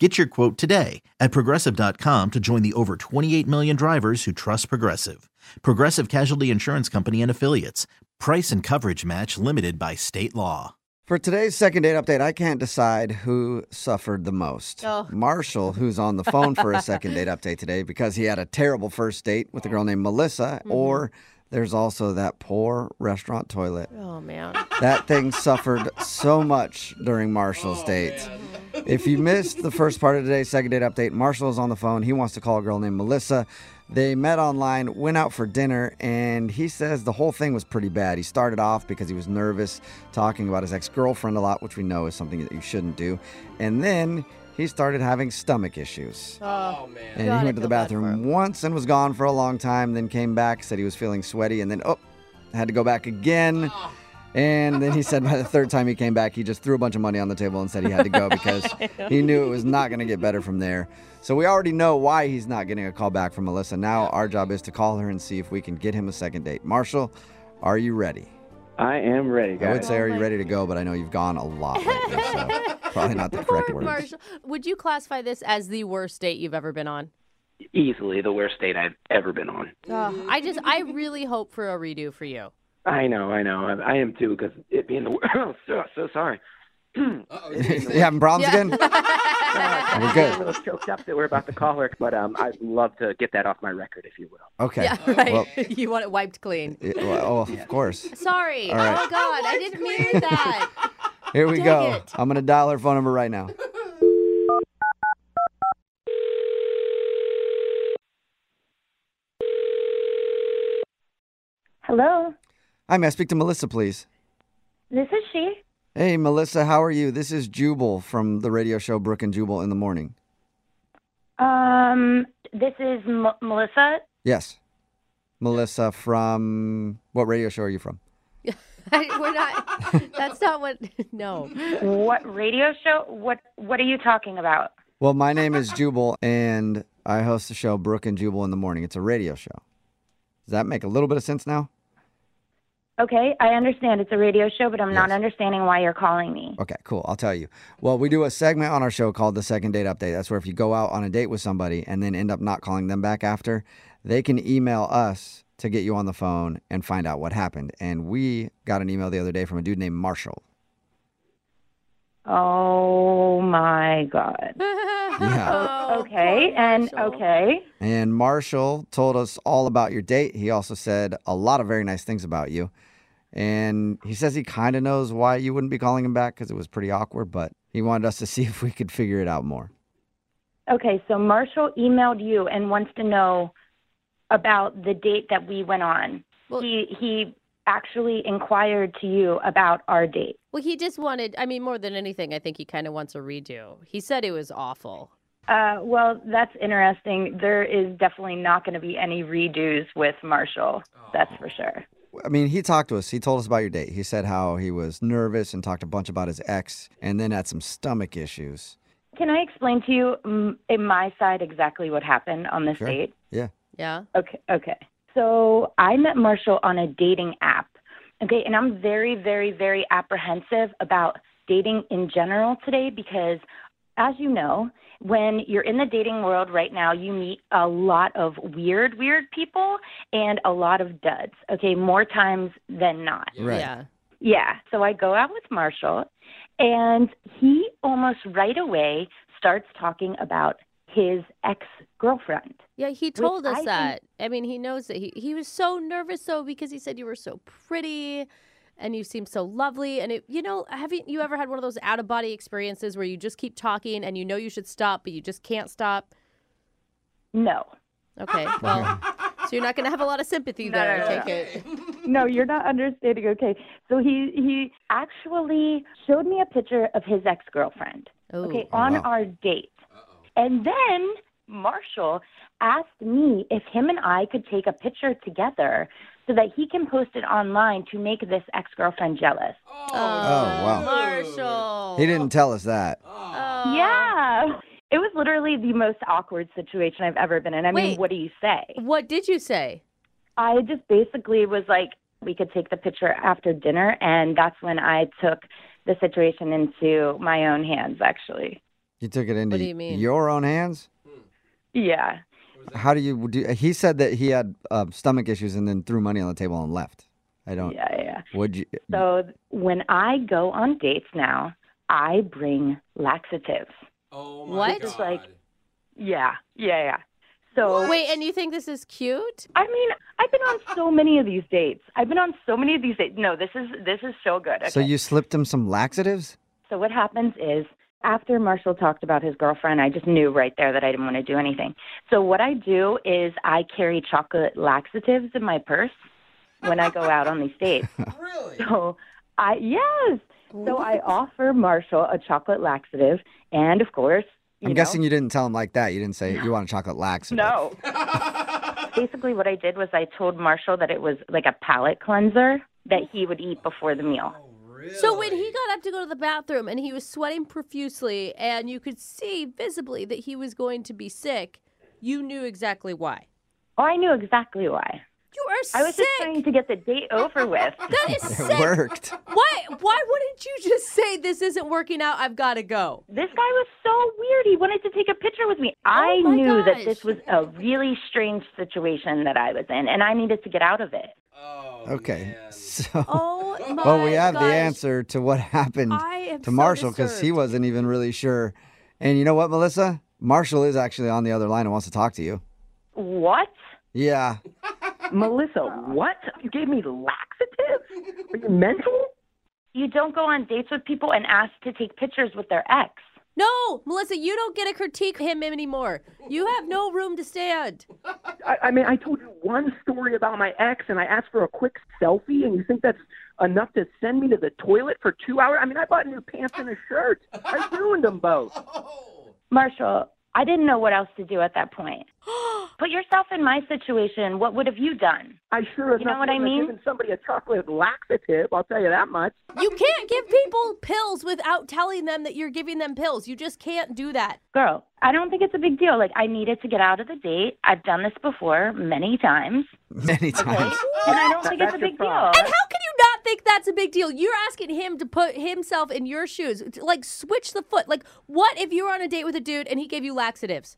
Get your quote today at progressive.com to join the over 28 million drivers who trust Progressive. Progressive Casualty Insurance Company and Affiliates. Price and coverage match limited by state law. For today's second date update, I can't decide who suffered the most. Oh. Marshall, who's on the phone for a second date update today because he had a terrible first date with a girl named Melissa, or there's also that poor restaurant toilet. Oh man. That thing suffered so much during Marshall's date. If you missed the first part of today's second date update, Marshall is on the phone. He wants to call a girl named Melissa. They met online, went out for dinner, and he says the whole thing was pretty bad. He started off because he was nervous, talking about his ex girlfriend a lot, which we know is something that you shouldn't do. And then he started having stomach issues. Uh, Oh, And he God, I went to the feel bad for bathroom once and was gone for a long time, then came back, said he was feeling sweaty, and then, oh, had to go back again. Oh. And then he said by the third time he came back, he just threw a bunch of money on the table and said he had to go because he knew it was not going to get better from there. So we already know why he's not getting a call back from Melissa. Now our job is to call her and see if we can get him a second date. Marshall, are you ready? I am ready, I would guys. say, Oh are you my ready to go? But I know you've gone a lot lately, so probably not the correct Poor word. Marshall. Would you classify this as the worst date you've ever been on? Easily the worst date I've ever been on. Ugh, I just, I really hope for a redo for you. I know, I know. I, I am too, because it being the worst. Oh, so, so sorry. you having problems again? We're I'm a good. little choked up that we're about to call her, but um, I'd love to get that off my record, if you will. Okay. Yeah, right. Well, you want it wiped clean. it- well, oh, of course. Sorry. All right. Oh God, I didn't mean that. Here we Dang go. it. I'm gonna dial her phone number right now. Hello, Hi, may I speak to Melissa, please? this is she. Hey, Melissa, how are you? This is Jubal from the radio show Brook and Jubal in the morning. Um, this is M- Melissa. Yes, Melissa from what radio show are you from? I- We're not. That's not what. No. What radio show? What What are you talking about? Well, my name is Jubal, and I host the show Brook and Jubal in the morning. It's a radio show. Does that make a little bit of sense now? Okay, I understand it's a radio show, but I'm not Yes. understanding why you're calling me. Okay, cool. I'll tell you. Well, we do a segment on our show called the second date update. That's where if you go out on a date with somebody and then end up not calling them back after, they can email us to get you on the phone and find out what happened. And we got an email the other day from a dude named Marshall. Oh my God. Oh, Okay, poor and Marshall. okay. And Marshall told us all about your date. He also said a lot of very nice things about you. And he says he kind of knows why you wouldn't be calling him back because it was pretty awkward, but he wanted us to see if we could figure it out more. Okay, so Marshall emailed you and wants to know about the date that we went on. Well- he he actually inquired to you about our date. Well, he just wanted. I mean, more than anything, I think he kind of wants a redo. He said it was awful. Uh, well, that's interesting. There is definitely not going to be any redos with Marshall. That's for sure. I mean, he talked to us. He told us about your date. He said how he was nervous and talked a bunch about his ex and then had some stomach issues. Can I explain to you mm, in my side exactly what happened on this Sure. date? Yeah. Yeah. Okay, okay. So I met Marshall on a dating app. Okay, and I'm very, very, very apprehensive about dating in general today because, as you know, when you're in the dating world right now, you meet a lot of weird, weird people and a lot of duds, okay, more times than not. Right. Yeah. Yeah. So I go out with Marshall, and he almost right away starts talking about his ex girlfriend. Yeah, he told us I think- that. I mean, he knows that he, he was so nervous though because he said you were so pretty and you seemed so lovely and it you know, haven't you ever had one of those out of body experiences where you just keep talking and you know you should stop but you just can't stop? No. Okay. Well, so you're not going to have a lot of sympathy No, there, no, I no. take it. No, you're not understanding. Okay. So he he actually showed me a picture of his ex girlfriend. Ooh. Okay, on wow. our date. And then Marshall asked me if him and I could take a picture together so that he can post it online to make this ex girlfriend jealous. Oh, wow. Marshall. Oh, He didn't tell us that. Oh. Yeah. It was literally the most awkward situation I've ever been in. I Wait. mean, what do you say? What did you say? I just basically was like, we could take the picture after dinner. And that's when I took the situation into my own hands, actually. You took it into What do you mean? your own hands. Yeah. How do you do? He said that he had uh, stomach issues and then threw money on the table and left. I don't. Yeah, yeah. Would you? So th- when I go on dates now, I bring laxatives. Oh my What? God. It's like- Yeah, yeah, yeah. So Wait, and you think this is cute? I mean, I've been on so many of these dates. I've been on so many of these dates. No, this is this is so good. Okay. So you slipped him some laxatives? So what happens is after Marshall talked about his girlfriend, I just knew right there that I didn't want to do anything. So what I do is I carry chocolate laxatives in my purse when I go out on these dates. Really? So I yes. So I offer Marshall a chocolate laxative and of course, you I'm know, guessing you didn't tell him like that. You didn't say you want a chocolate laxative. no. Basically what I did was I told Marshall that it was like a palate cleanser that he would eat before the meal. Oh, really? So when he got up to go to the bathroom and he was sweating profusely and you could see visibly that he was going to be sick, you knew exactly why. Oh, I knew exactly why. You are I was sick. just trying to get the date over with. that is It sick. worked. Why why wouldn't you just say this isn't working out? I've got to go. This guy was so weird. He wanted to take a picture with me. I Oh my knew gosh. that this was a really strange situation that I was in, and I needed to get out of it. Oh, Okay. man. So, Oh my well, we have the gosh. answer to what happened I am to so Marshall because he disturbed. wasn't even really sure. And you know what, Melissa? Marshall is actually on the other line and wants to talk to you. What? Yeah. Melissa, what? You gave me laxatives? Are you mental? You don't go on dates with people and ask to take pictures with their ex. No, Melissa, you don't get to critique him anymore. You have no room to stand. I, I mean, I told you one story about my ex, and I asked for a quick selfie, and you think that's enough to send me to the toilet for two hours? I mean, I bought new pants and a shirt. I ruined them both. Oh. Marshall, I didn't know what else to do at that point. Put yourself in my situation. What would have you done? I sure as You know not what I wouldn't have mean? given somebody a chocolate laxative. I'll tell you that much. You can't give people pills without telling them that you're giving them pills. You just can't do that. Girl, I don't think it's a big deal. Like, I needed to get out of the date. I've done this before many times, Many times. and I don't think it's That's a your big deal. problem. And how can you not think that's a big deal? You're asking him to put himself in your shoes. It's Like, switch the foot. Like, what if you were on a date with a dude and he gave you laxatives?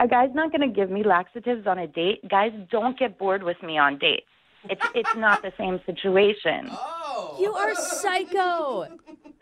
A guy's not going to give me laxatives on a date. Guys don't get bored with me on dates. It's it's not the same situation. Oh. You are psycho.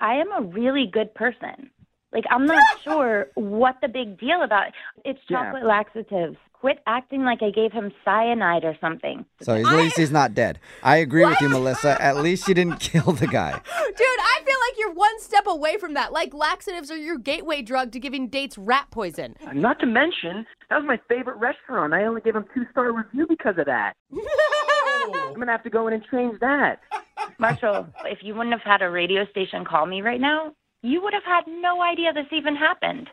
I am a really good person. Like I'm not sure what the big deal about it. It's Yeah. chocolate laxatives. Quit acting like I gave him cyanide or something. So at least he's not dead. I agree with you, Melissa. At least you didn't kill the guy. Dude, I feel like you're one step away from that. Like, laxatives are your gateway drug to giving dates rat poison. Not to mention, that was my favorite restaurant. I only gave him two star review because of that. I'm gonna have to go in and change that. Marshall, if you wouldn't have had a radio station call me right now, you would have had no idea this even happened.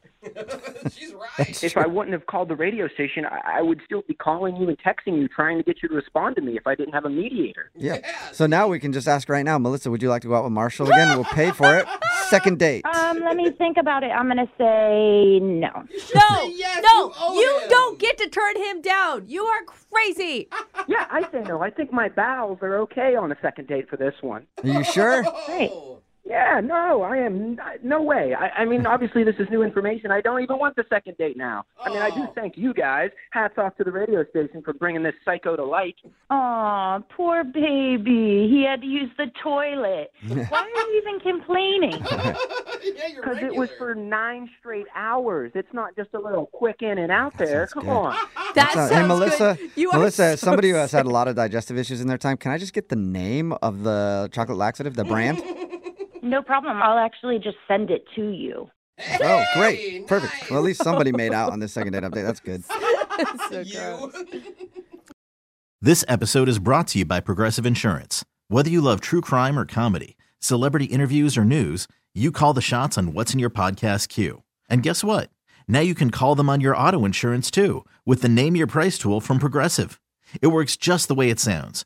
She's right. If I wouldn't have called the radio station, I, I would still be calling you and texting you, trying to get you to respond to me if I didn't have a mediator. Yeah. So now we can just ask right now, Melissa, would you like to go out with Marshall again? We'll pay for it. Second date. Um, let me think about it. I'm gonna say no. No, Yes, no, you owe you him. don't get to turn him down. You are crazy. Yeah, I say no. I think my bowels are okay on a second date for this one. Are you sure? Great. Oh. Yeah, no, I am. No way. I, I mean, obviously, this is new information. I don't even want the second date now. I mean, I do Oh, thank you guys. Hats off to the radio station for bringing this psycho to light. Aw, poor baby. He had to use the toilet. Why are you even complaining? yeah, you're Because regular. it was for nine straight hours. It's not just a little quick in and out there. sounds Come good. on. That So, sounds hey, Melissa, good. You Melissa, are as so somebody uh, who has sick. had a lot of digestive issues in their time, can I just get the name of the chocolate laxative, the brand? No problem. I'll actually just send it to you. oh, Hey, great. Perfect. nice. Well, at least somebody made out on this second date update. That's good. you. This episode is brought to you by Progressive Insurance. Whether you love true crime or comedy, celebrity interviews or news, you call the shots on what's in your podcast queue. And guess what? Now you can call them on your auto insurance too with the Name Your Price tool from Progressive. It works just the way it sounds.